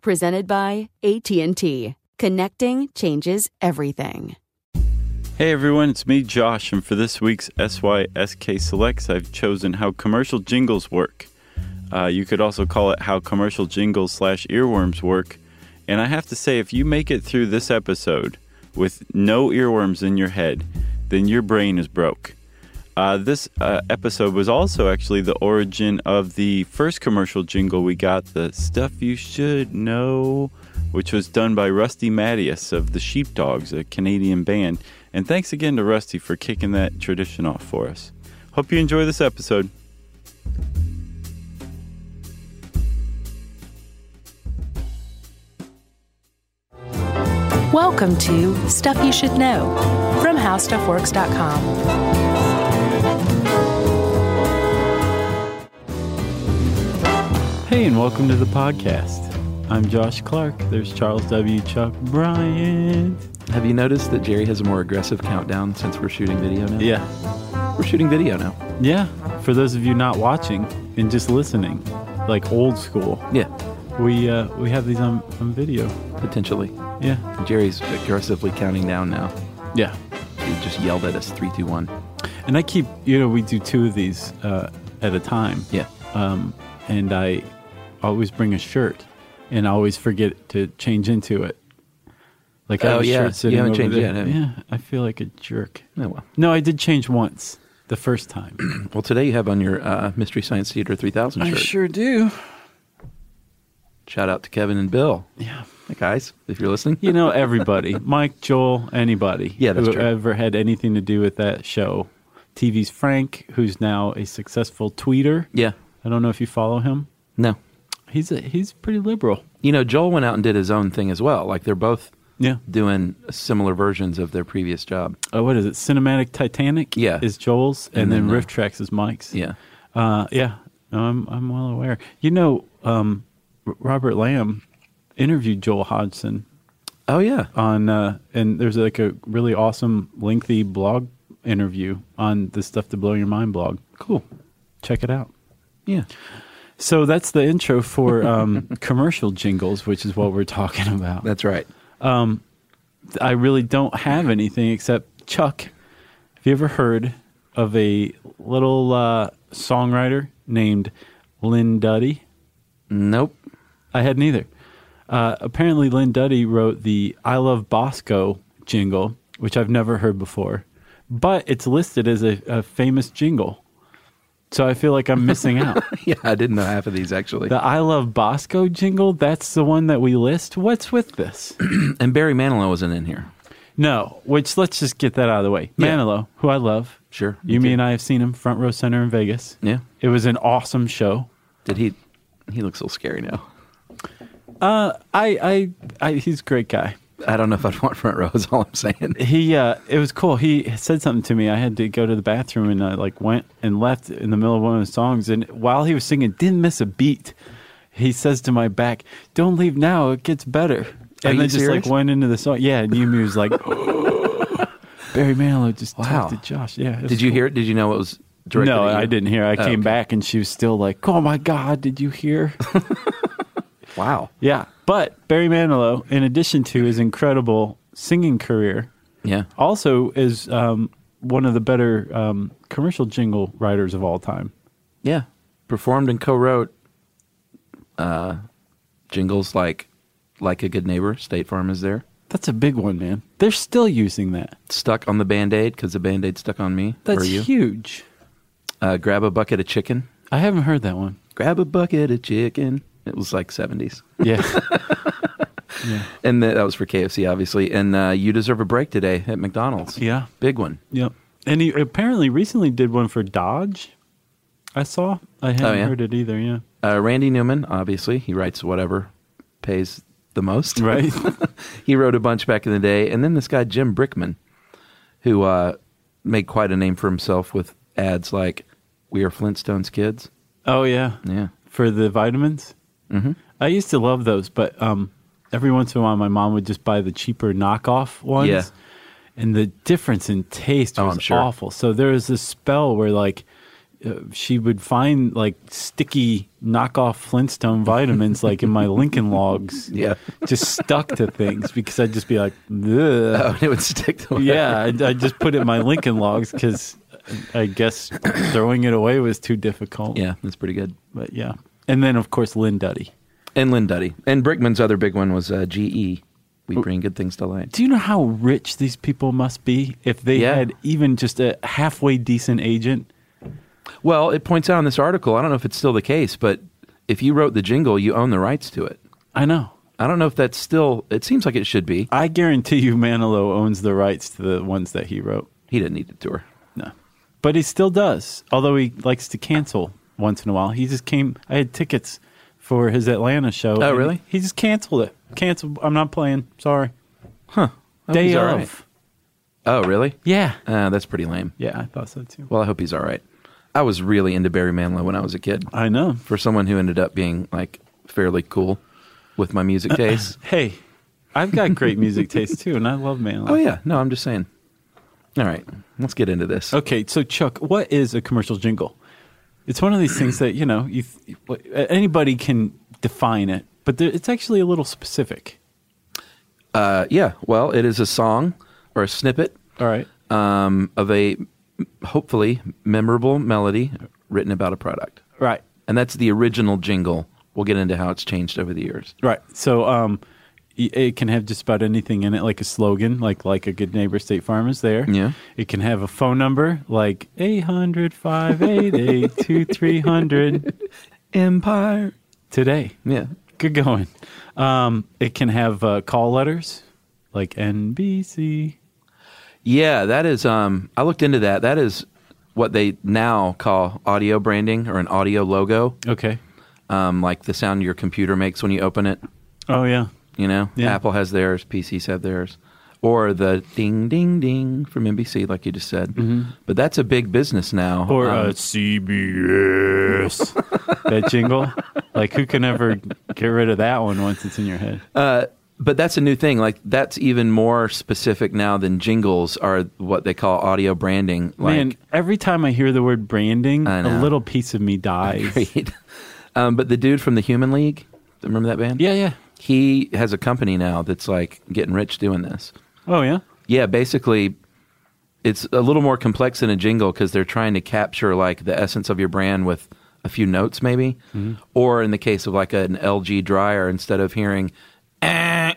Presented by AT&T. Connecting changes everything. Hey everyone, it's me, Josh, and for this week's SYSK Selects, I've chosen how commercial jingles work. Uh, you could also call it how commercial jingles slash earworms work. And I have to say, if you make it through this episode with no earworms in your head, then your brain is broke. Uh, this uh, episode was also actually the origin of the first commercial jingle we got, the Stuff You Should Know, which was done by Rusty Mattias of the Sheepdogs, a Canadian band. And thanks again to Rusty for kicking that tradition off for us. Hope you enjoy this episode. Welcome to Stuff You Should Know from HowStuffWorks.com. Hey, and welcome to the podcast. I'm Josh Clark. There's Charles W. Chuck Bryant. Have you noticed that Jerry has a more aggressive countdown since we're shooting video now? Yeah. We're shooting video now. Yeah. For those of you not watching and just listening, like old school, Yeah, we uh, we have these on, on video. potentially. Yeah. Jerry's aggressively counting down now. Yeah. He just yelled at us three, two, one. And I keep, you know, we do two of these uh, at a time. Yeah. Um, and I always bring a shirt and I always forget to change into it. Like, I Oh, have a yeah. shirt sitting You haven't over changed there. yet, have you? Yeah. I feel like a jerk. Oh, well. No, I did change once the first time. Well, today you have on your uh, Mystery Science Theater 3000 shirt. do. Shout out to Kevin and Bill. Yeah. Hey, guys, if you're listening. You know, everybody Mike, Joel, anybody Yeah, that's who true. ever had anything to do with that show. TV's Frank, who's now a successful tweeter. Yeah. I don't know if you follow him. No. He's a, he's pretty liberal. You know, Joel went out and did his own thing as well. Like, they're both Yeah. doing similar versions of their previous job. Uh, what is it? Cinematic Titanic. Yeah. Is Joel's, and, And then, then, uh, Rift Tracks is Mike's. Yeah. Uh, yeah. No, I'm I'm well aware. You know, um, R- Robert Lamb interviewed Joel Hodgson Oh, yeah. on uh, and there's like a really awesome lengthy blog interview on the stuff to blow your mind blog cool check it out Yeah. so that's the intro for um, commercial jingles which is what we're talking about That's right. i really don't have anything except chuck have you ever heard of a little uh, songwriter named lynn duddy Nope. I hadn't either. Uh, apparently, Lynn Duddy wrote the I Love Bosco jingle, which I've never heard before, but it's listed as a, a famous jingle. So I feel like I'm missing out. Yeah, I didn't know half of these, actually. The I Love Bosco jingle, that's the one that we list. What's with this? and Barry Manilow wasn't in here. No, which let's just get that out of the way. Yeah. Manilow, who I love. Sure, me You, me, too. and I have seen him front row center in Vegas. Yeah. It was an awesome show. Did he? He looks a little scary now. I, I, I he's a great guy. I don't know if I'd want front row. Is all I'm saying. he uh it was cool he said something to me i had to go to the bathroom and i like went and left in the middle of one of his songs and while he was singing didn't miss a beat he says to my back don't leave now it gets better Are and you then just like serious? went into the song yeah and yumi was like barry manilow just Wow. talked to josh yeah it was Did you cool. hear it? Did you know it was directed? no at you? i didn't hear i Oh, came okay. back and she was still like oh my god did you hear Wow. yeah but barry manilow in addition to his incredible singing career Yeah. also is um, one of the better um, commercial jingle writers of all time. Yeah. Performed and co-wrote uh, jingles like "Like a Good Neighbor." State Farm is there. That's a big one, man. They're still using that. Stuck on the band aid because the band aid stuck on me. That's or you. huge. Uh, grab a bucket of chicken. I haven't heard that one. Grab a bucket of chicken. It was like seventies, Yeah. and that that was for KFC, obviously. And uh, you deserve a break today at McDonald's. yeah. big one. Yep. And he apparently recently did one for Dodge. I saw. I hadn't yeah? heard it either. Oh, Yeah. Uh, Randy Newman, obviously, he writes whatever pays the most. Right. he wrote a bunch back in the day, and then this guy Jim Brickman, who uh, made quite a name for himself with ads like "We are Flintstones kids." oh yeah. Yeah, For the vitamins. Mhm. I used to love those, but um, every once in a while, my mom would just buy the cheaper knockoff ones. Yeah. And the difference in taste Oh, was I'm sure. awful. So there was this spell where like. Uh, she would find like sticky knockoff Flintstone vitamins, like in my Lincoln logs, yeah. just stuck to things because I'd just be like, "Ugh." Oh, and it would stick to it. yeah, I, I just put it in my Lincoln logs because I guess throwing it away was too difficult. yeah, that's pretty good. but yeah, and then of course Lynn Duddy. And Lynn Duddy, and Brickman's other big one was uh, GE. We bring good things to light. Do you know how rich these people must be if they Yeah. had even just a halfway decent agent? Well, it points out in this article. I don't know if it's still the case, but if you wrote the jingle, you own the rights to it. I know. I don't know if that's still. It seems like it should be. I guarantee you, Manilow owns the rights to the ones that he wrote. He didn't need the tour. No. But he still does, although he likes to cancel once in a while. He just came. I had tickets for his Atlanta show. Oh, and really? He just canceled it. Canceled. I'm not playing. Sorry. Huh. Day he's all of. right. Oh, really? Yeah. Uh, that's pretty lame. Yeah, I thought so too. Well, I hope he's all right. I was really into Barry Manilow when I was a kid. I know. For someone who ended up being like fairly cool with my music taste. Hey, I've got great music taste too, and I love Manilow. oh yeah, no, I'm just saying. All right, let's get into this. Okay, so Chuck, what is a commercial jingle? It's one of these things that you know you anybody can define it, but there, it's actually a little specific. Uh, yeah, well, it is a song or a snippet All right. um, of a hopefully memorable melody written about a product, Right. and that's the original jingle. We'll get into how it's changed over the years. Right. So um, y- it can have just about anything in it, like a slogan, like like a good neighbor, State Farm is there. Yeah. It can have a phone number, like 800 588 2300 Empire. today. Yeah. Good going. Um, it can have uh, call letters, like NBC. Yeah, that is. Um, I looked into that. That is what they now call audio branding or an audio logo, Okay. um, like the sound your computer makes when you open it. Oh, yeah. You know, Yeah. Apple has theirs, PCs have theirs, or the ding ding ding from NBC, like you just said. But that's a big business now. Mm-hmm. Or Um, uh, CBS. that jingle. Like, who can ever get rid of that one once it's in your head? but that's a new thing. Like that's even more specific now than jingles are what they call audio branding. Like, Man, every time I hear the word branding, I a know. little piece of me dies. great. um, but the dude from the Human League, remember that band? Yeah, yeah. he has a company now that's like getting rich doing this. Oh, yeah. Yeah, basically, it's a little more complex than a jingle because they're trying to capture like the essence of your brand with a few notes, maybe. Or in the case of like an LG dryer, instead of hearing "Ah,"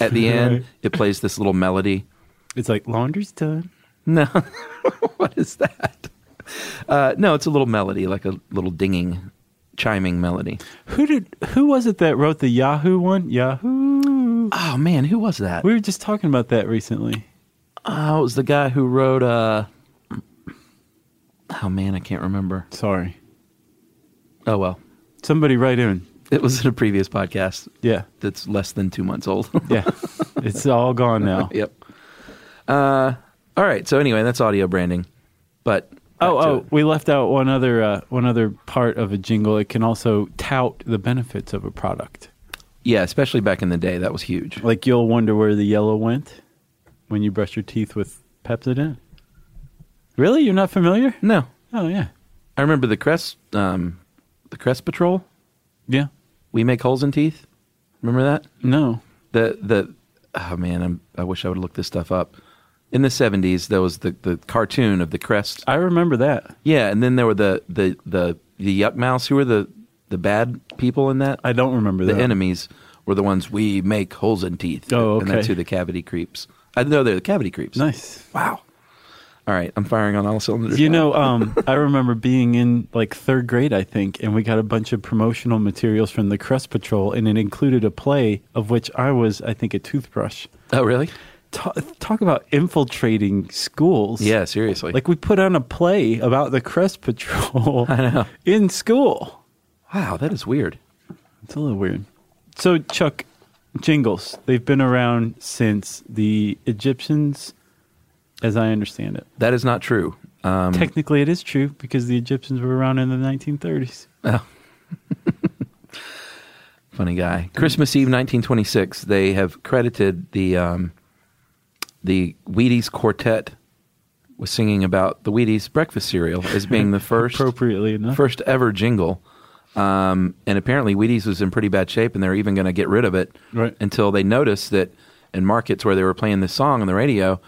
at the end, it plays this little melody. It's like laundry's done. No, what is that? Uh, no, it's a little melody, like a little dinging, chiming melody. Who did? Who was it that wrote the Yahoo one? Yahoo. Oh man, who was that? We were just talking about that recently. Oh, it was the guy who wrote uh Oh man, I can't remember. Sorry. Oh well. Somebody write in. It was in a previous podcast Yeah. that's less than 2 months old. Yeah. it's all gone now. yep. Uh all right, so anyway, that's audio branding. But Oh, back to oh, it. we left out one other uh, one other part of a jingle. It can also tout the benefits of a product. yeah, especially back in the day, that was huge. Like you'll wonder where the yellow went when you brush your teeth with Pepsodent. Really? You're not familiar? No. Oh yeah. I remember the Crest um the Crest Patrol, Yeah. we make holes in teeth. Remember that? No. the the oh man, I'm, I wish I would look this stuff up. In the '70s, there was the, the cartoon of the crest. I remember that. Yeah, and then there were the the the the yuck mouse. Who were the the bad people in that, I don't remember the that. enemies, were the ones we make holes in teeth. Oh, And okay. that's who the cavity creeps. I know they're the cavity creeps. Nice. Wow. All right, I'm firing on all cylinders. You now. know, um, I remember being in like third grade, I think, and we got a bunch of promotional materials from the Crest Patrol, and it included a play of which I was, I think, a toothbrush. Oh, really? Ta talk about infiltrating schools. Yeah, seriously. Like we put on a play about the Crest Patrol in school. wow, that is weird. It's a little weird. So, Chuck, jingles, they've been around since the Egyptians, as I understand it. That is not true. Um, Technically, it is true because the Egyptians were around in the 1930s. funny guy. Mm-hmm. Christmas Eve, 1926. They have credited the um, the Wheaties Quartet with singing about the Wheaties breakfast cereal as being the first Appropriately enough. first ever jingle. Um, and apparently, Wheaties was in pretty bad shape, and they're even going to get rid of it Right. until they noticed that in markets where they were playing this song on the radio,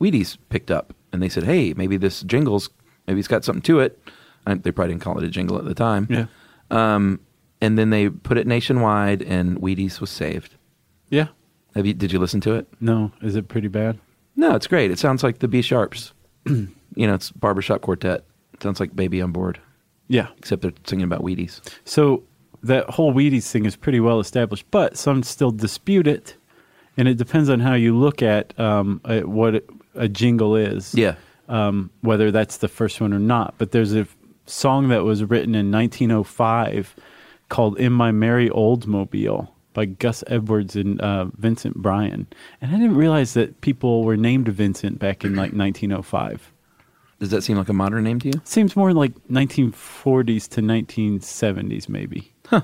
Wheaties picked up, and they said, "Hey, maybe this jingle's maybe it's got something to it." And they probably didn't call it a jingle at the time. Yeah. And then they put it nationwide, and Wheaties was saved. Yeah. Have you? Did you listen to it? No, is it pretty bad? No, it's great. It sounds like the B sharps. you know, it's barbershop quartet. It sounds like Baby on Board, Yeah. except they're singing about Wheaties. So that whole Wheaties thing is pretty well established, but some still dispute it, and it depends on how you look at, um, at what a jingle is. Yeah. um, whether that's the first one or not. But there's a f- song that was written in 1905 called "In My Merry Old Mobile" by Gus Edwards and uh, Vincent Bryan, and I didn't realize that people were named Vincent back in like 1905. Does that seem like a modern name to you? Seems more like 1940s to 1970s, maybe. Huh.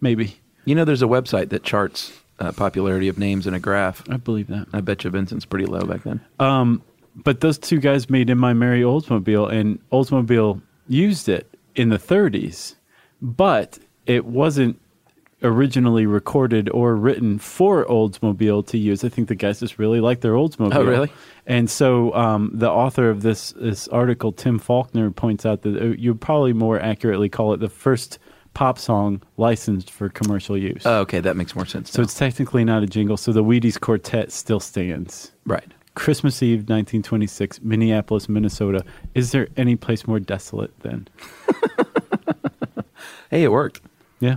Maybe. You know, there's a website that charts uh, popularity of names in a graph. I believe that. I bet you Vincent's pretty low back then. but those two guys made in my merry oldsmobile and oldsmobile used it in the 30s but it wasn't originally recorded or written for oldsmobile to use i think the guys just really liked their oldsmobile Oh, really? and so um, the author of this this article tim faulkner points out that uh, you'd probably more accurately call it the first pop song licensed for commercial use Oh, okay, that makes more sense. so now. it's technically not a jingle so the wheaties quartet still stands right. Christmas Eve, 1926, Minneapolis, Minnesota. Is there any place more desolate than? Hey, it worked Yeah.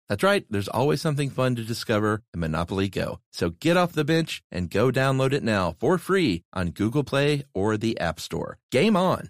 That's right. There's always something fun to discover in Monopoly Go. So get off the bench and go download it now for free on Google Play or the App Store. Game on.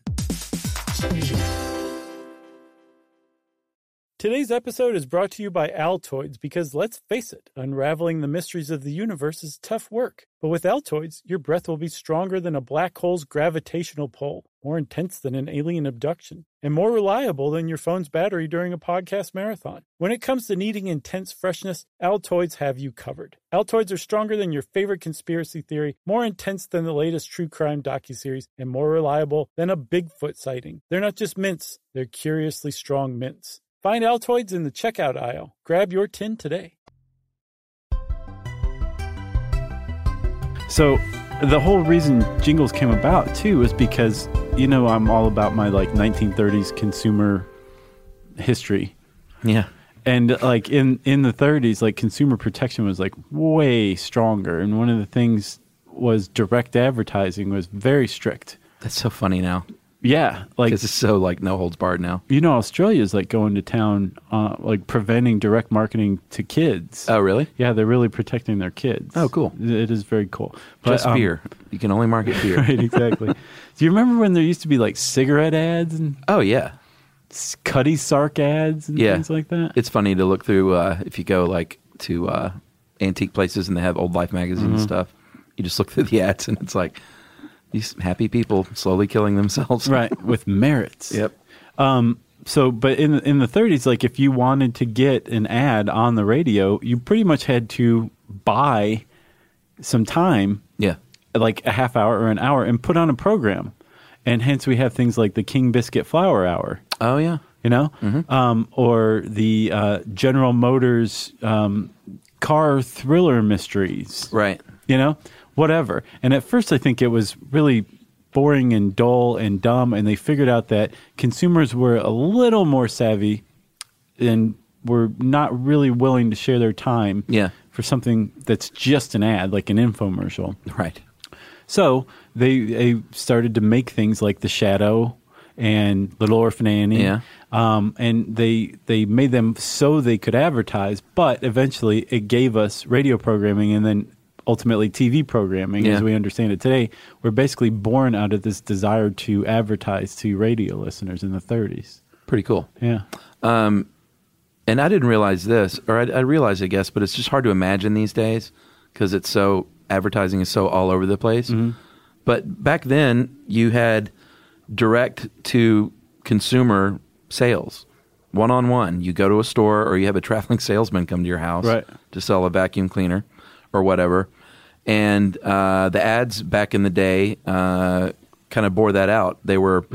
Today's episode is brought to you by Altoids because let's face it, unraveling the mysteries of the universe is tough work. But with Altoids, your breath will be stronger than a black hole's gravitational pull, more intense than an alien abduction, and more reliable than your phone's battery during a podcast marathon. When it comes to needing intense freshness, Altoids have you covered. Altoids are stronger than your favorite conspiracy theory, more intense than the latest true crime docuseries, and more reliable than a Bigfoot sighting. They're not just mints, they're curiously strong mints. Find Altoids in the checkout aisle. Grab your tin today. So the whole reason jingles came about too is because you know I'm all about my like 1930s consumer history. Yeah. and like in in the 30s like consumer protection was like way stronger and one of the things was direct advertising was very strict That's so funny now. yeah, like This is so like no holds barred now. you know, Australia is like going to town, uh, like preventing direct marketing to kids. Oh, really? Yeah, they're really protecting their kids. Oh, cool. It is very cool. Just um, beer. You can only market beer. Right, exactly. Do you remember when there used to be like cigarette ads and Oh yeah, s- Cutty Sark ads and yeah. things like that? It's funny to look through uh, if you go like to uh, antique places and they have old life magazine and stuff. You just look through the ads and it's like these happy people slowly killing themselves. right, with merits. Yep. so but in in the 30s like if you wanted to get an ad on the radio you pretty much had to buy some time Yeah. like a half hour or an hour and put on a program and hence we have things like the king biscuit flour hour Oh yeah. you know Mm-hmm. um, or the uh, general motors um, car thriller mysteries Right. you know, whatever. And at first, I think it was really boring and dull and dumb. And they figured out that consumers were a little more savvy and were not really willing to share their time Yeah. for something that's just an ad, like an infomercial. Right. So they, they started to make things like The Shadow and Little Orphan Annie. Yeah. Um, and they they made them so they could advertise, but eventually it gave us radio programming and then ultimately TV programming Yeah. as we understand it today. We're basically born out of this desire to advertise to radio listeners in the 30s. Pretty cool. Yeah. and I didn't realize this, or I, I realize, I guess, but it's just hard to imagine these days because it's so advertising is so all over the place. But back then, you had direct to consumer sales, one on one. You go to a store, or you have a traveling salesman come to your house Right. to sell a vacuum cleaner or whatever. And uh, the ads back in the day uh, kind of bore that out. They were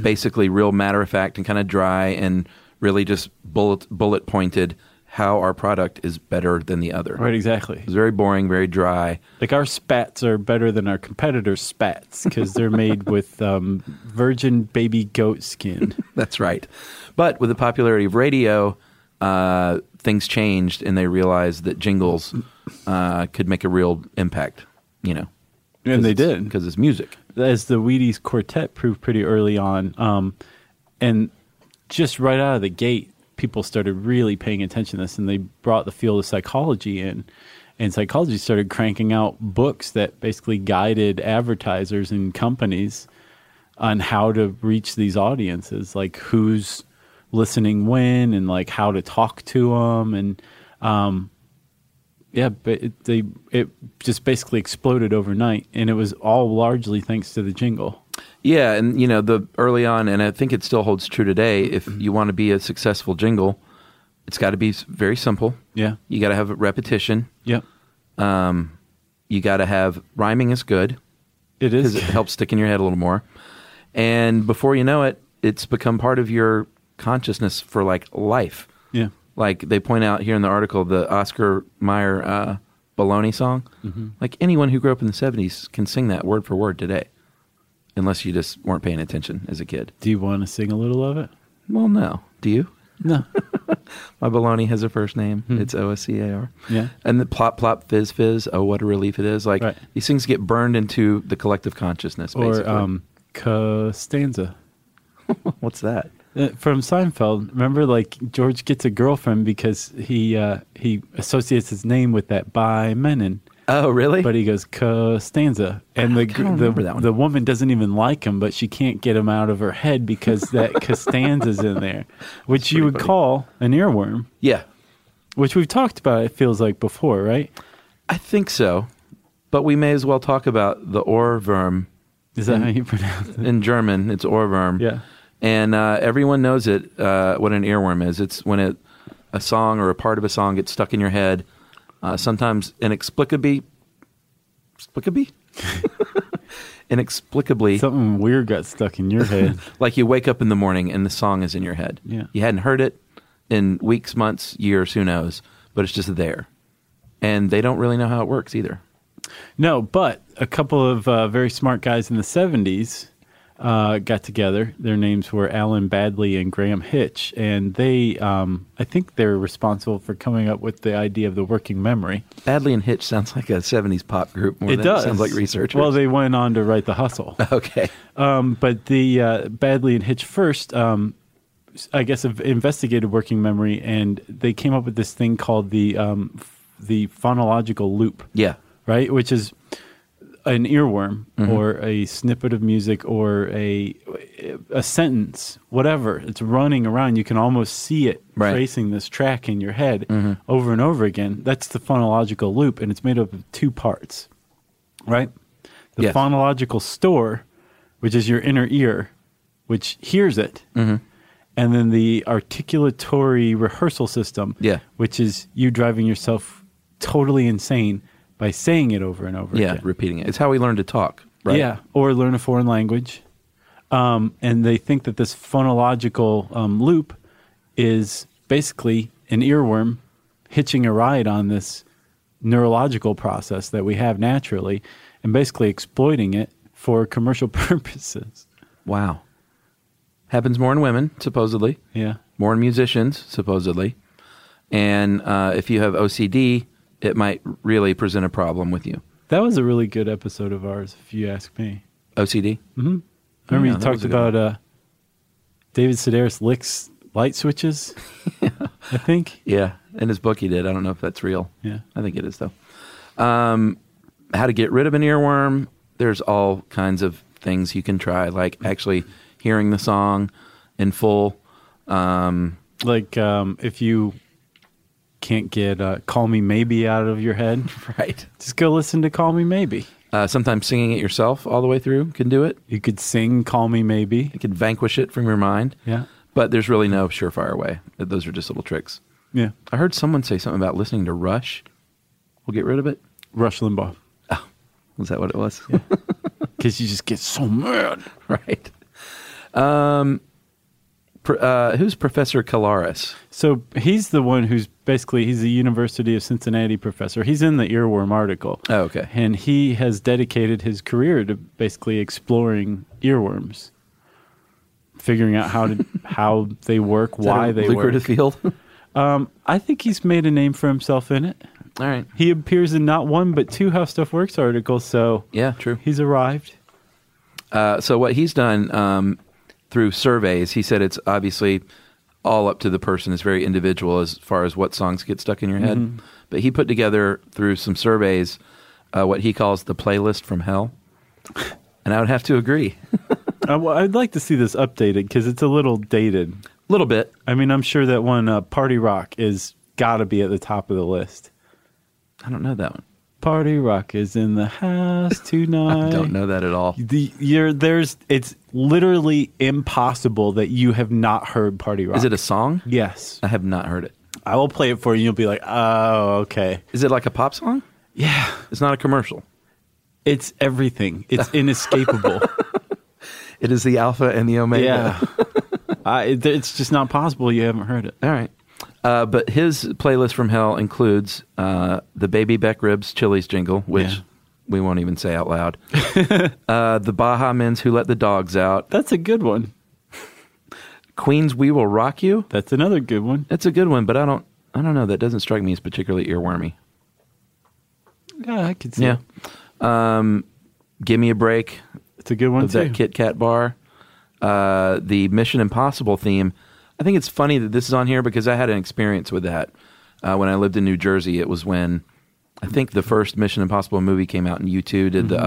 basically real matter of fact and kind of dry and really just bullet bullet pointed how our product is better than the other. Right, It exactly. was very boring, very dry. Like our spats are better than our competitors' spats because they're made with um, virgin baby goat skin. That's right. But with the popularity of radio, uh, things changed, and they realized that jingles uh, could make a real impact. You know, And they did. because it's music. as the Wheaties quartet proved pretty early on, um, and just right out of the gate, people started really paying attention to this, and they brought the field of psychology in, and psychology started cranking out books that basically guided advertisers and companies on how to reach these audiences, like who's listening when, and like how to talk to them, and yeah, but it, they it just basically exploded overnight, and it was all largely thanks to the jingle. Yeah, and you know the early on, and I think it still holds true today. If you want to be a successful jingle, it's got to be s- very simple. Yeah. You got to have repetition. Yep. You got to have rhyming is good It because is. it helps stick in your head a little more. And before you know it, it's become part of your consciousness for like life. yeah. Like they point out here in the article, the Oscar Mayer uh, Baloney song. Like anyone who grew up in the '70s can sing that word for word today, unless you just weren't paying attention as a kid. Do you want to sing a little of it? Well, no. Do you? No. My baloney has a first name. It's O S C A R. Hmm. Yeah. And the plop plop fizz fizz. Oh, what a relief it is! Like Right. these things get burned into the collective consciousness. Basically. or um, Costanza what's that? Uh, from Seinfeld. Remember, like George gets a girlfriend because he uh, he associates his name with that by Menon, Oh, really? but he goes Costanza, and the I don't the remember that one. the woman doesn't even like him, but she can't get him out of her head because that Costanza's in there, which you would call an earworm, yeah, which we've talked about. It feels like before, right? I think so. But we may as well talk about the Ohrwurm Is that how you pronounce it? in German. It's Ohrwurm. Yeah. And uh, everyone knows it. Uh, what an earworm is. It's when it, a song or a part of a song gets stuck in your head. Uh, sometimes inexplicably, explicably, inexplicably. Something weird got stuck in your head. like you wake up in the morning and the song is in your head. Yeah. You hadn't heard it in weeks, months, years, who knows, but it's just there. And they don't really know how it works either. No, but a couple of uh, very smart guys in the 70s uh, got together. Their names were Alan Badley and Graham Hitch, and they, um, I think, they're responsible for coming up with the idea of the working memory. Badley and Hitch sounds like a 70s pop group more it than does sounds like research. Well, they went on to write the Hustle. okay. Um, but the uh, Badley and Hitch first, um, I guess, have investigated working memory, and they came up with this thing called the um, f- the phonological loop, Yeah. right? Which is an earworm Mm-hmm. or a snippet of music or a a sentence, whatever. It's running around. You can almost see it Right. Mm-hmm. tracing this track in your head over and over again. That's the phonological loop, and it's made up of two parts, right? The Yes. phonological store, which is your inner ear, which hears it, Mm-hmm. and then the articulatory rehearsal system, Yeah. which is you driving yourself totally insane by saying it over and over Yeah, again. repeating it. It's how we learn to talk, right? Yeah, or learn a foreign language. Um, and they think that this phonological um, loop is basically an earworm hitching a ride on this neurological process that we have naturally and basically exploiting it for commercial purposes. Wow. Happens more in women, supposedly. Yeah. more in musicians, supposedly. And uh, if you have OCD, it might really present a problem with you. That was a really good episode of ours, if you ask me. OCD? Remember Yeah, you that talked was a good one. about uh, David Sedaris licks light switches, I think. Yeah. In his book, he did. I don't know if that's real. Yeah. I think it is, though. Um, how to get rid of an earworm. There's all kinds of things you can try, like actually hearing the song in full. like um, if you can't get uh, "Call Me Maybe" out of your head, Right. just go listen to "Call Me Maybe." Uh, sometimes singing it yourself all the way through can do it. You could sing "Call Me Maybe." It can vanquish it from your mind. Yeah, But there's really no surefire way. Those are just little tricks. yeah. I heard someone say something about listening to Rush. We'll get rid of it. Rush Limbaugh, Was that what it was? because you just get so mad. right. Um, pr- uh, who's Professor Kalaris? So he's the one who's basically he's a University of Cincinnati professor. He's in the earworm article. Oh, okay. And he has dedicated his career to basically exploring earworms, figuring out how to how they work, Is that why a they work. lucrative field? all I think he's made a name for himself in it. right. He appears in not one but two How Stuff Works articles, so Yeah, true. he's arrived. Uh, so what he's done um, through surveys, he said it's obviously all up to the person. It's very individual as far as what songs get stuck in your head. Mm-hmm. But he put together through some surveys uh, what he calls the playlist from hell. And I would have to agree a Uh, well, I'd like to see this updated because it's a little dated. little bit. I mean, I'm sure that one uh, Party Rock is got to be at the top of the list. I don't know that one. Party Rock is in the house tonight. I don't know that at all. The, you're, there's, it's literally impossible that you have not heard Party Rock. Is it a song? Yes. I have not heard it. I will play it for you. and You'll be like, oh, okay. Is it like a pop song? Yeah. It's not a commercial. It's everything. It's inescapable. It is the alpha and the omega. Yeah. I, it- it's just not possible you haven't heard it. All right. Uh, but his playlist from hell includes uh, the Baby Beck Ribs Chili's jingle, which Yeah. we won't even say out loud. uh, the Baja Men's Who Let the Dogs Out. That's a good one. Queen's We Will Rock You. That's another good one. That's a good one, but I don't. I don't know. That doesn't strike me as particularly earwormy. Yeah, I could see. Yeah. it. Um, Give me a break. It's a good one of too. that Kit Kat bar. Uh, the Mission Impossible theme. I think it's funny that this is on here because I had an experience with that uh, when I lived in New Jersey. It was when I think the first Mission Impossible movie came out, and U two did Mm-hmm. the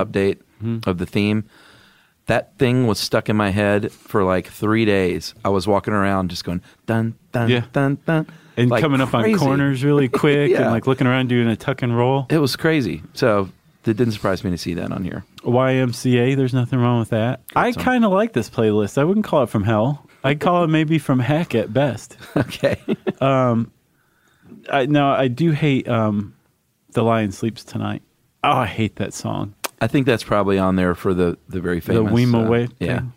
update of the theme. That thing was stuck in my head for like three days. I was walking around just going dun dun Yeah. dun dun, and like coming up crazy. on corners really quick and Yeah. like looking around doing a tuck and roll. It was crazy. So it didn't surprise me to see that on here. YMCA, there's nothing wrong with that. I song. kind of like this playlist. I wouldn't call it from hell. I'd call it maybe from heck at best. Okay, I, now, I do hate um, The Lion Sleeps Tonight. Oh, I hate that song. I think that's probably on there for the the very famous the Weema uh, Way. Yeah. thing.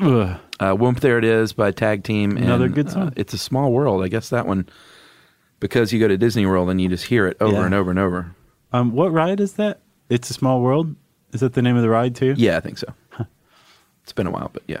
Ugh. Uh, Whoomp There It Is by Tag Team. and, Another good song. uh, it's a small world. I guess that one, because you go to Disney World and you just hear it over Yeah. and over and over. Um, what ride is that? It's a Small World. Is that the name of the ride too? Yeah, I think so. It's been a while, but yeah.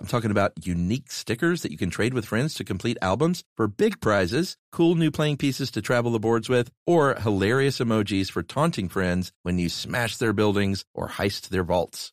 I'm talking about unique stickers that you can trade with friends to complete albums for big prizes, cool new playing pieces to travel the boards with, or hilarious emojis for taunting friends when you smash their buildings or heist their vaults.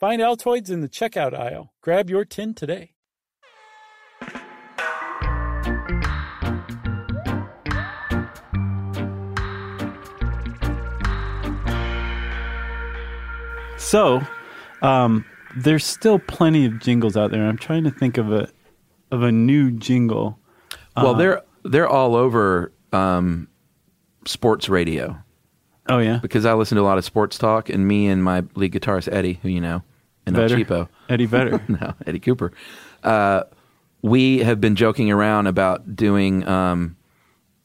Find Altoids in the checkout aisle. Grab your tin today. So, um, there's still plenty of jingles out there. and I'm trying to think of a of a new jingle. Uh-huh. Well, they're they're all over um, sports radio Oh yeah, because I listen to a lot of sports talk, and me and my lead guitarist Eddie, who you know, and El Vedder. Cheapo, Eddie Vedder. no, Eddie Cooper. Uh, we have been joking around about doing um,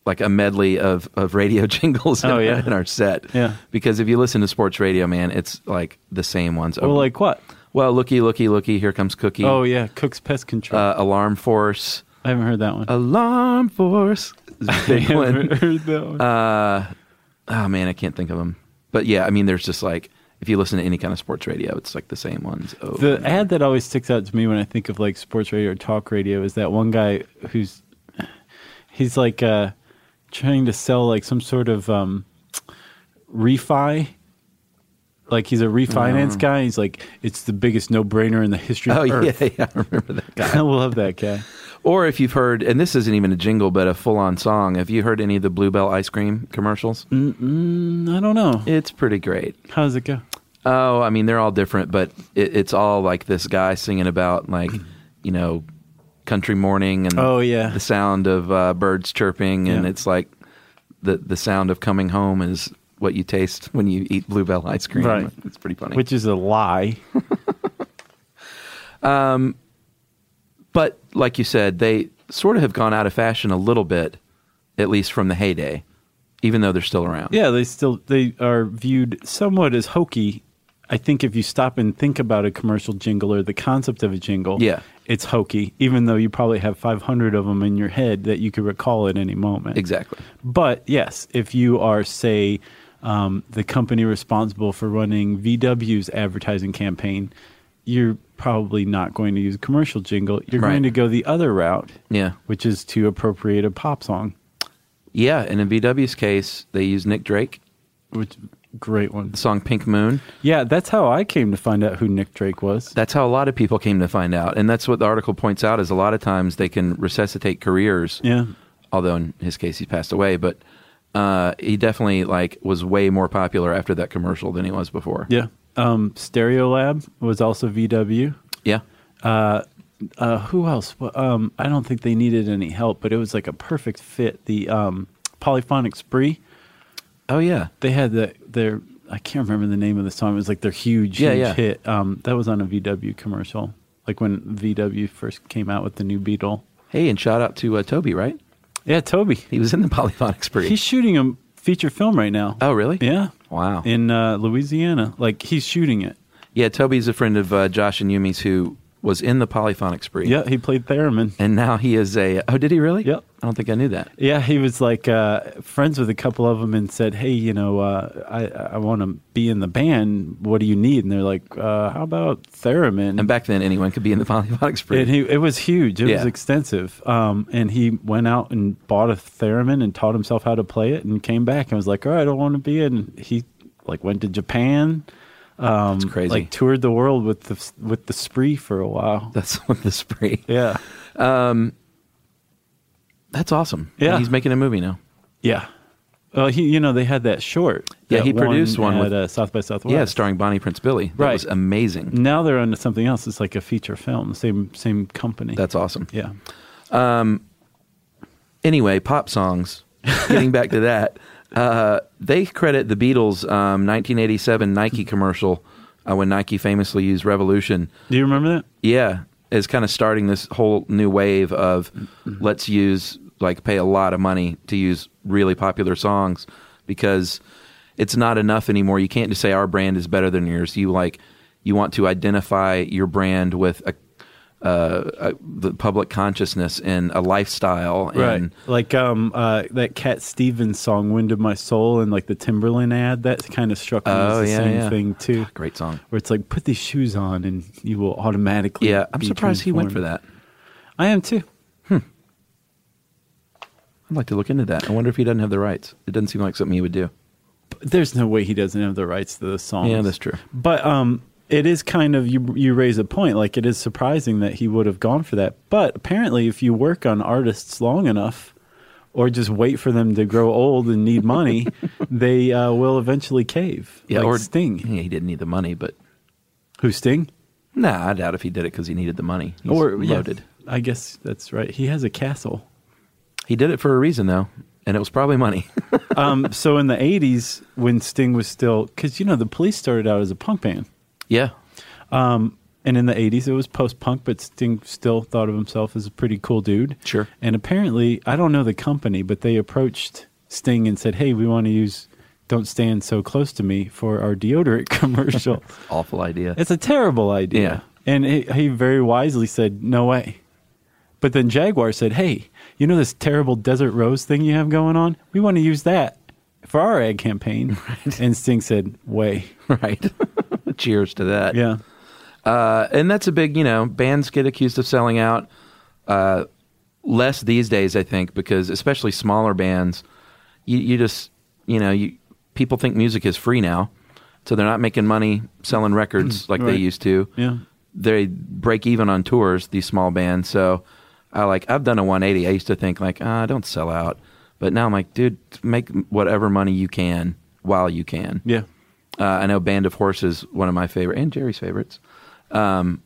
like a medley of, of radio jingles in, Oh, yeah. in our set. Yeah. Because if you listen to sports radio, man, it's like the same ones. well, like what? well, looky, looky, looky, here comes Cookie. Oh yeah, Cook's Pest Control. uh, Alarm Force. I haven't heard that one. Alarm Force. is a I big haven't one. heard that one. Oh, man, I can't think of them. But yeah, I mean, there's just like, if you listen to any kind of sports radio, it's like the same ones. Over the and over. ad that always sticks out to me when I think of like sports radio or talk radio is that one guy who's he's like uh, trying to sell like some sort of um, refi. Like he's a refinance guy. He's like, it's the biggest no brainer in the history of Mm. Oh, yeah, Earth. yeah, I remember that guy. I love that guy. Or if you've heard, and this isn't even a jingle, but a full on song, have you heard any of the Bluebell ice cream commercials? Mm, I don't know. It's pretty great. How does it go? Oh, I mean, they're all different, but it, it's all like this guy singing about, like, you know, country morning and Oh, yeah. the sound of uh, birds chirping. And Yeah. it's like the, the sound of coming home is what you taste when you eat Bluebell ice cream. Right. It's pretty funny. Which is a lie. but like you said, they sort of have gone out of fashion a little bit, at least from the heyday, even though they're still around. Yeah, they still they are viewed somewhat as hokey. I think if you stop and think about a commercial jingle or the concept of a jingle, Yeah. it's hokey. Even though you probably have 500 of them in your head that you could recall at any moment. Exactly. But yes, if you are say um, the company responsible for running VW's advertising campaign, you're probably not going to use a commercial jingle. You're Right. going to go the other route, Yeah. which is to appropriate a pop song. Yeah, and in VW's case, they used Nick Drake, Which great one. the song Pink Moon. Yeah, that's how I came to find out who Nick Drake was. That's how a lot of people came to find out. And that's what the article points out is a lot of times they can resuscitate careers. Yeah. Although in his case he's passed away, but uh, he definitely like was way more popular after that commercial than he was before. Yeah. Um, Stereo Lab was also VW. Yeah. Uh, who else? Well, Um, I don't think they needed any help, but it was like a perfect fit. The um, Polyphonic Spree, Oh yeah. they had the, their, I can't remember the name of the song. It was like their huge, Yeah, huge yeah. hit. Um, that was on a VW commercial, like when VW first came out with the new Beetle. Hey, and shout out to uh, Toby, right? Yeah, Toby. He was in the Polyphonic Spree. He's shooting a feature film right now. oh really? Yeah. Wow. In uh, Louisiana. Like he's shooting it. Yeah, Toby's a friend of uh, Josh and Yumi's who was in the polyphonic spree. Yeah, he played theremin. And now he is a. Oh, did he really? Yep. I don't think I knew that. Yeah, he was like uh, friends with a couple of them and said, "Hey, you know, uh, I I want to be in the band. What do you need?" And they're like, uh, "How about theremin?" And back then, anyone could be in the polyphonic spree. And he, it was huge. It was Yeah. extensive. Um, and he went out and bought a theremin and taught himself how to play it, and came back and was like, "All right, I want to be." in." he like went to Japan, That's crazy. like toured the world with the with the spree for a while. That's what the spree. Yeah, That's awesome. Yeah. And he's making a movie now. yeah. Well, he, you know, they had that short. Yeah, that he produced one at with- uh, South by Southwest. Yeah, starring Bonnie Prince Billy. That Right. was amazing. Now they're onto something else. It's like a feature film, same same company. That's awesome. yeah. Anyway, pop songs. Getting back to that, uh, they credit the Beatles' um, 1987 Nike commercial uh, when Nike famously used "Revolution." Do you remember that? Yeah, is kind of starting this whole new wave of let's use like pay a lot of money to use really popular songs because it's not enough anymore. You can't just say our brand is better than yours. You like you want to identify your brand with a, uh, a the public consciousness and a lifestyle and Like um uh that Cat Stevens song "Wind of My Soul" and like the Timberland ad. That kind of struck me Oh, as the yeah, same yeah. thing too. great song. Where it's like put these shoes on and you will automatically. Yeah, I'm be surprised he went for transformed. that. I am too. I'd like to look into that. I wonder if he doesn't have the rights. It doesn't seem like something he would do. But there's no way he doesn't have the rights to the song. Yeah, that's true. But um, it is kind of you. You raise a point. Like it is surprising that he would have gone for that. But apparently, if you work on artists long enough, or just wait for them to grow old and need money, they uh, will eventually cave. Yeah, like or Sting. Yeah, he didn't need the money, but Who Sting? Nah, I doubt if he did it because he needed the money. He's or yeah, loaded. I guess that's right. He has a castle. He did it for a reason though, and it was probably money. Um, so in the '80s, when Sting was still, because you know the Police started out as a punk band. Um, yeah, And in the 80s, it was post punk, but Sting still thought of himself as a pretty cool dude. Sure. And apparently, I don't know the company, but they approached Sting and said, hey, we want to use Don't Stand So Close to Me for our deodorant commercial. awful idea. it's a terrible idea. Yeah. And he, he very wisely said, no way. But then Jaguar said, hey, you know this terrible Desert Rose thing you have going on? We want to use that for our ad campaign. And Sting said, way. right. Cheers to that. Yeah. Uh, and that's a big, you know, bands get accused of selling out. Uh, less these days, I think, because especially smaller bands, you, you just, you know, you people think music is free now, so they're not making money selling records like they Right. used to. Yeah. they break even on tours these small bands so i like i've done a 180 i used to think like ah, don't sell out but now i'm like dude make whatever money you can while you can Yeah. uh, i know band of horses one of my favorite and jerry's favorites um,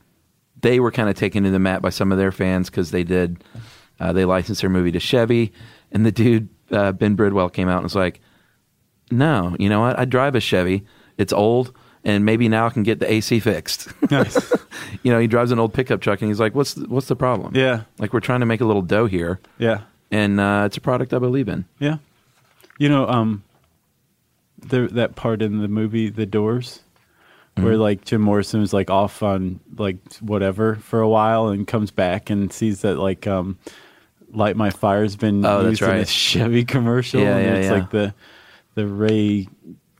they were kind of taken to the mat by some of their fans because they did uh, they licensed their movie to chevy and the dude uh, ben bridwell came out and was like no you know what i drive a chevy it's old and maybe now i can get the ac fixed Nice. you know, he drives an old pickup truck and he's like, "What's the, what's the problem?" Yeah. like we're trying to make a little dough here, yeah. and uh, it's a product I believe in. Yeah. You know, um, the, that part in the movie, The Doors, where Mm-hmm. like Jim Morrison is like off on like whatever for a while and comes back and sees that like, um, Light My Fire's been Oh, that's used in a right. Chevy commercial. Yeah, and yeah, it's yeah. like the, the Ray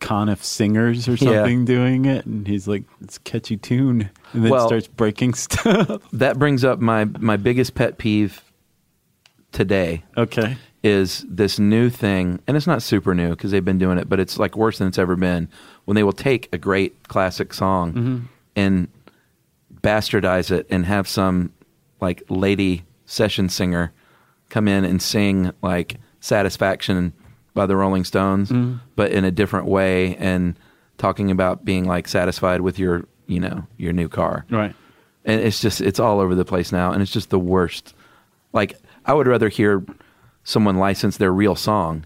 Conniff singers or Yeah. something doing it. And he's like, it's a catchy tune. And then Well- starts breaking stuff. That brings up my my biggest pet peeve today okay. is this new thing, and it's not super new because they've been doing it, but it's like worse than it's ever been. When they will take a great classic song Mm-hmm. and bastardize it and have some like lady session singer come in and sing like Satisfaction by the Rolling Stones, but in a different way and talking about being like satisfied with your, you know, your new car Right. and it's just it's all over the place now and it's just the worst like i would rather hear someone license their real song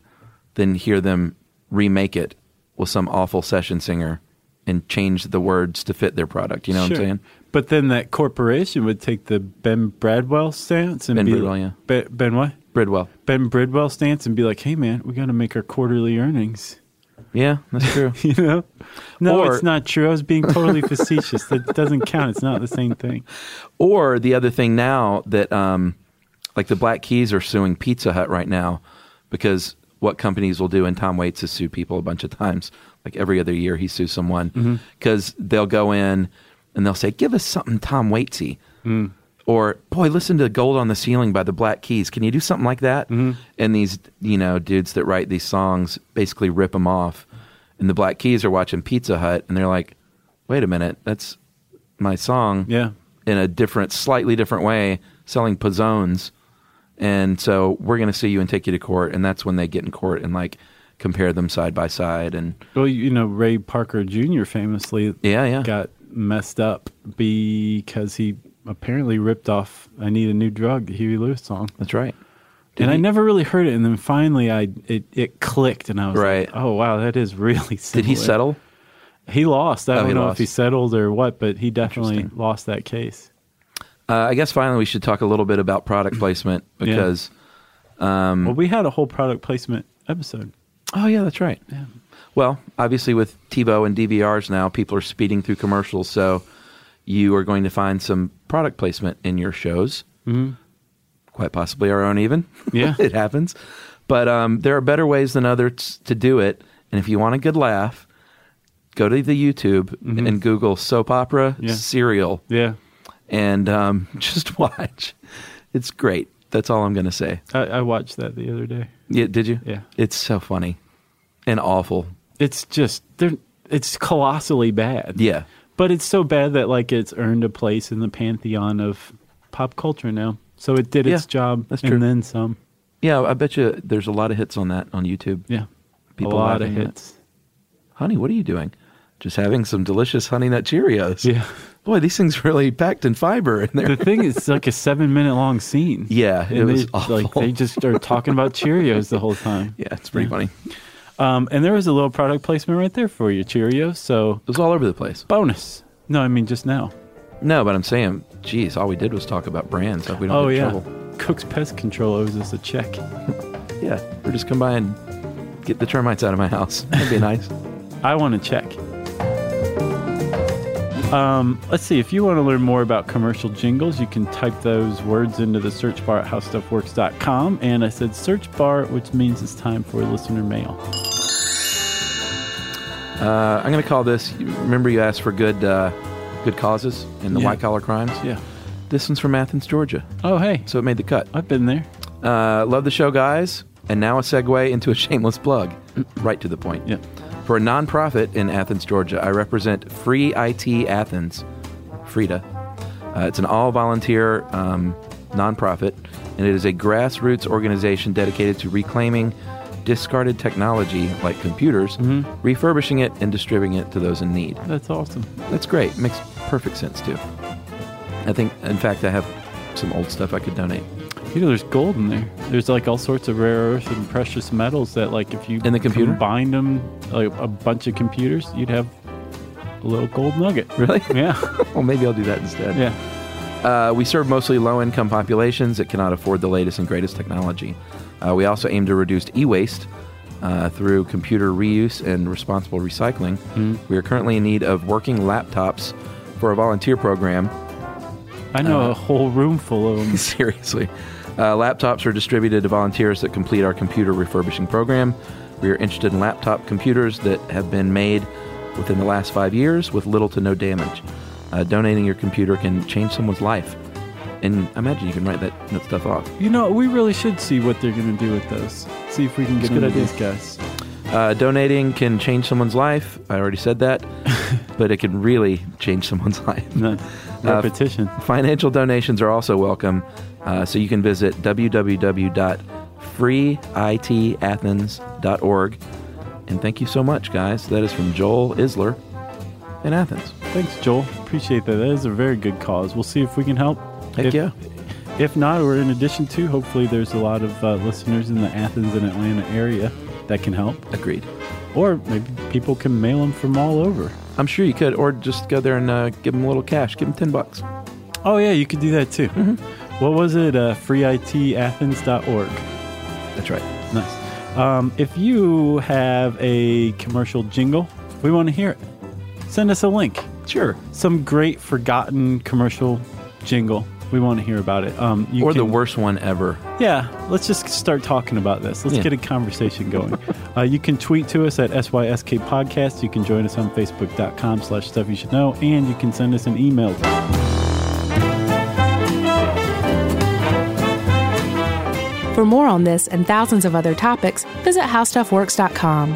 than hear them remake it with some awful session singer and change the words to fit their product you know what i'm Sure. saying But then that corporation would take the Ben Bradwell stance and Ben be Bridwell, yeah. Ben, ben what? bridwell Ben Bridwell stance and be like, "Hey man, we got to make our quarterly earnings." Yeah, that's true. You know? No, Or- it's not true. I was being totally facetious. That doesn't count. It's not the same thing. Or the other thing now that, um, like the Black Keys are suing Pizza Hut right now because what companies will do, and Tom Waits has sued people a bunch of times. Like every other year, he sues someone because they'll go in and they'll say, "Give us something Tom Waitsy," or "Boy, listen to "Gold on the Ceiling" by the Black Keys. Can you do something like that?" And these, you know, dudes that write these songs basically rip them off. And the Black Keys are watching Pizza Hut, and they're like, "Wait a minute, that's my song." Yeah. in a different, slightly different way, selling pizzones. And so we're going to sue you and take you to court. And that's when they get in court and like compare them side by side. And Well, you know, Ray Parker Jr. famously yeah, yeah. got messed up because he apparently ripped off I Need a New Drug, the Huey Lewis song. That's right. and I never really heard it. And then finally I it, it clicked and I was Right. like, oh, wow, that is really similar. Did he settle? He lost. I Oh, don't he know if lost. he settled or what, but he definitely lost that case. Uh, I guess finally we should talk a little bit about product placement because, Um, Well, we had a whole product placement episode. oh, yeah, that's right. Well, obviously with TiVo and DVRs now, people are speeding through commercials. So you are going to find some product placement in your shows, mm-hmm. quite possibly our own, even. Yeah. it happens. But um, there are better ways than others to do it. And if you want a good laugh, go to the YouTube and Google soap opera Mm-hmm. Yeah. serial yeah. and um, just watch. It's great. That's all I'm going to say. I, I watched that the other day. Yeah, did you? Yeah. It's so funny and awful. It's just they're it's colossally bad. Yeah. But it's so bad that like it's earned a place in the pantheon of pop culture now. So it did its Yeah, job that's true. and then some. Yeah, I bet you there's a lot of hits on that on YouTube. Yeah. People a lot of laughing at it. hits. Honey, what are you doing? Just having some delicious Honey Nut Cheerios. Yeah. Boy, these things really packed in fiber in there. The thing is it's like a seven minute long scene. Yeah, it And was they, awful. like they just are talking about Cheerios the whole time. yeah, it's pretty funny. It Um, and there was a little product placement right there for you, Cheerios. So was all over the place. bonus. No, I mean just now. No, but I'm saying, geez, all we did was talk about brands. Hope we don't Oh get yeah. trouble. Cook's Pest Control owes us a check. Yeah, or just come by and get the termites out of my house. That'd be nice. I want to check. Um, let's see. If you want to learn more about commercial jingles, you can type those words into the search bar at howstuffworks.com. And I said search bar, which means it's time for listener mail. Uh, I'm going to call this. you Remember, you asked for good, uh, good causes in the Yeah. white collar crimes. Yeah. This one's from Athens, Georgia, Oh, hey. so it made the cut. I've been there. Uh, love the show, guys. And now a segue into a shameless plug, right to the point. Yeah. For a nonprofit in Athens, Georgia, I represent Free IT Athens, Frida. Uh, it's an all volunteer um, nonprofit, and it is a grassroots organization dedicated to reclaiming discarded technology like computers, Mm-hmm. refurbishing it, and distributing it to those in need. That's awesome. That's great. Makes perfect sense, too. I think, in fact, I have some old stuff I could donate. You know, there's gold in there. There's like all sorts of rare earths and precious metals that, like, if you In the computer? combine them, like a bunch of computers, you'd have a little gold nugget. Really? Yeah. well, maybe I'll do that instead. yeah. Uh, we serve mostly low income populations that cannot afford the latest and greatest technology. Uh, we also aim to reduce e waste uh, through computer reuse and responsible recycling. We are currently in need of working laptops for a volunteer program. I know Uh-huh. a whole room full of them. Seriously. Uh, laptops are distributed to volunteers that complete our computer refurbishing program. We are interested in laptop computers that have been made within the last five years with little to no damage. Uh, donating your computer can change someone's life. And I imagine you can write that, that stuff off. You know, we really should see what they're going to do with those. See if we can get It's a good into idea. these guys. Uh, donating can change someone's life. I already said that. but it can really change someone's life. No, repetition. Financial donations are also welcome. Uh, so you can visit www.freeitathens.org. And thank you so much, guys. That is from Joel Isler in Athens. Thanks, Joel. Appreciate that. That is a very good cause. We'll see if we can help. Heck if, yeah. If not, or in addition to, hopefully there's a lot of uh, listeners in the Athens and Atlanta area that can help. Agreed. Or maybe people can mail them from all over. I'm sure you could, or just go there and uh, give them a little cash. Give them 10 bucks. Oh, yeah, you could do that too. Mm-hmm. What was it? Uh, freeitathens.org. That's right. Nice. Um, if you have a commercial jingle, we want to hear it. Send us a link. Sure. Some great forgotten commercial jingle. We want to hear about it. Um, you or the can- worst one ever. Yeah, let's just start talking about this. Let's Yeah. get a conversation going. uh, you can tweet to us at SYSK Podcast. You can join us on Facebook.com slash Stuff You Should Know. And you can send us an email. For more on this and thousands of other topics, visit howstuffworks.com.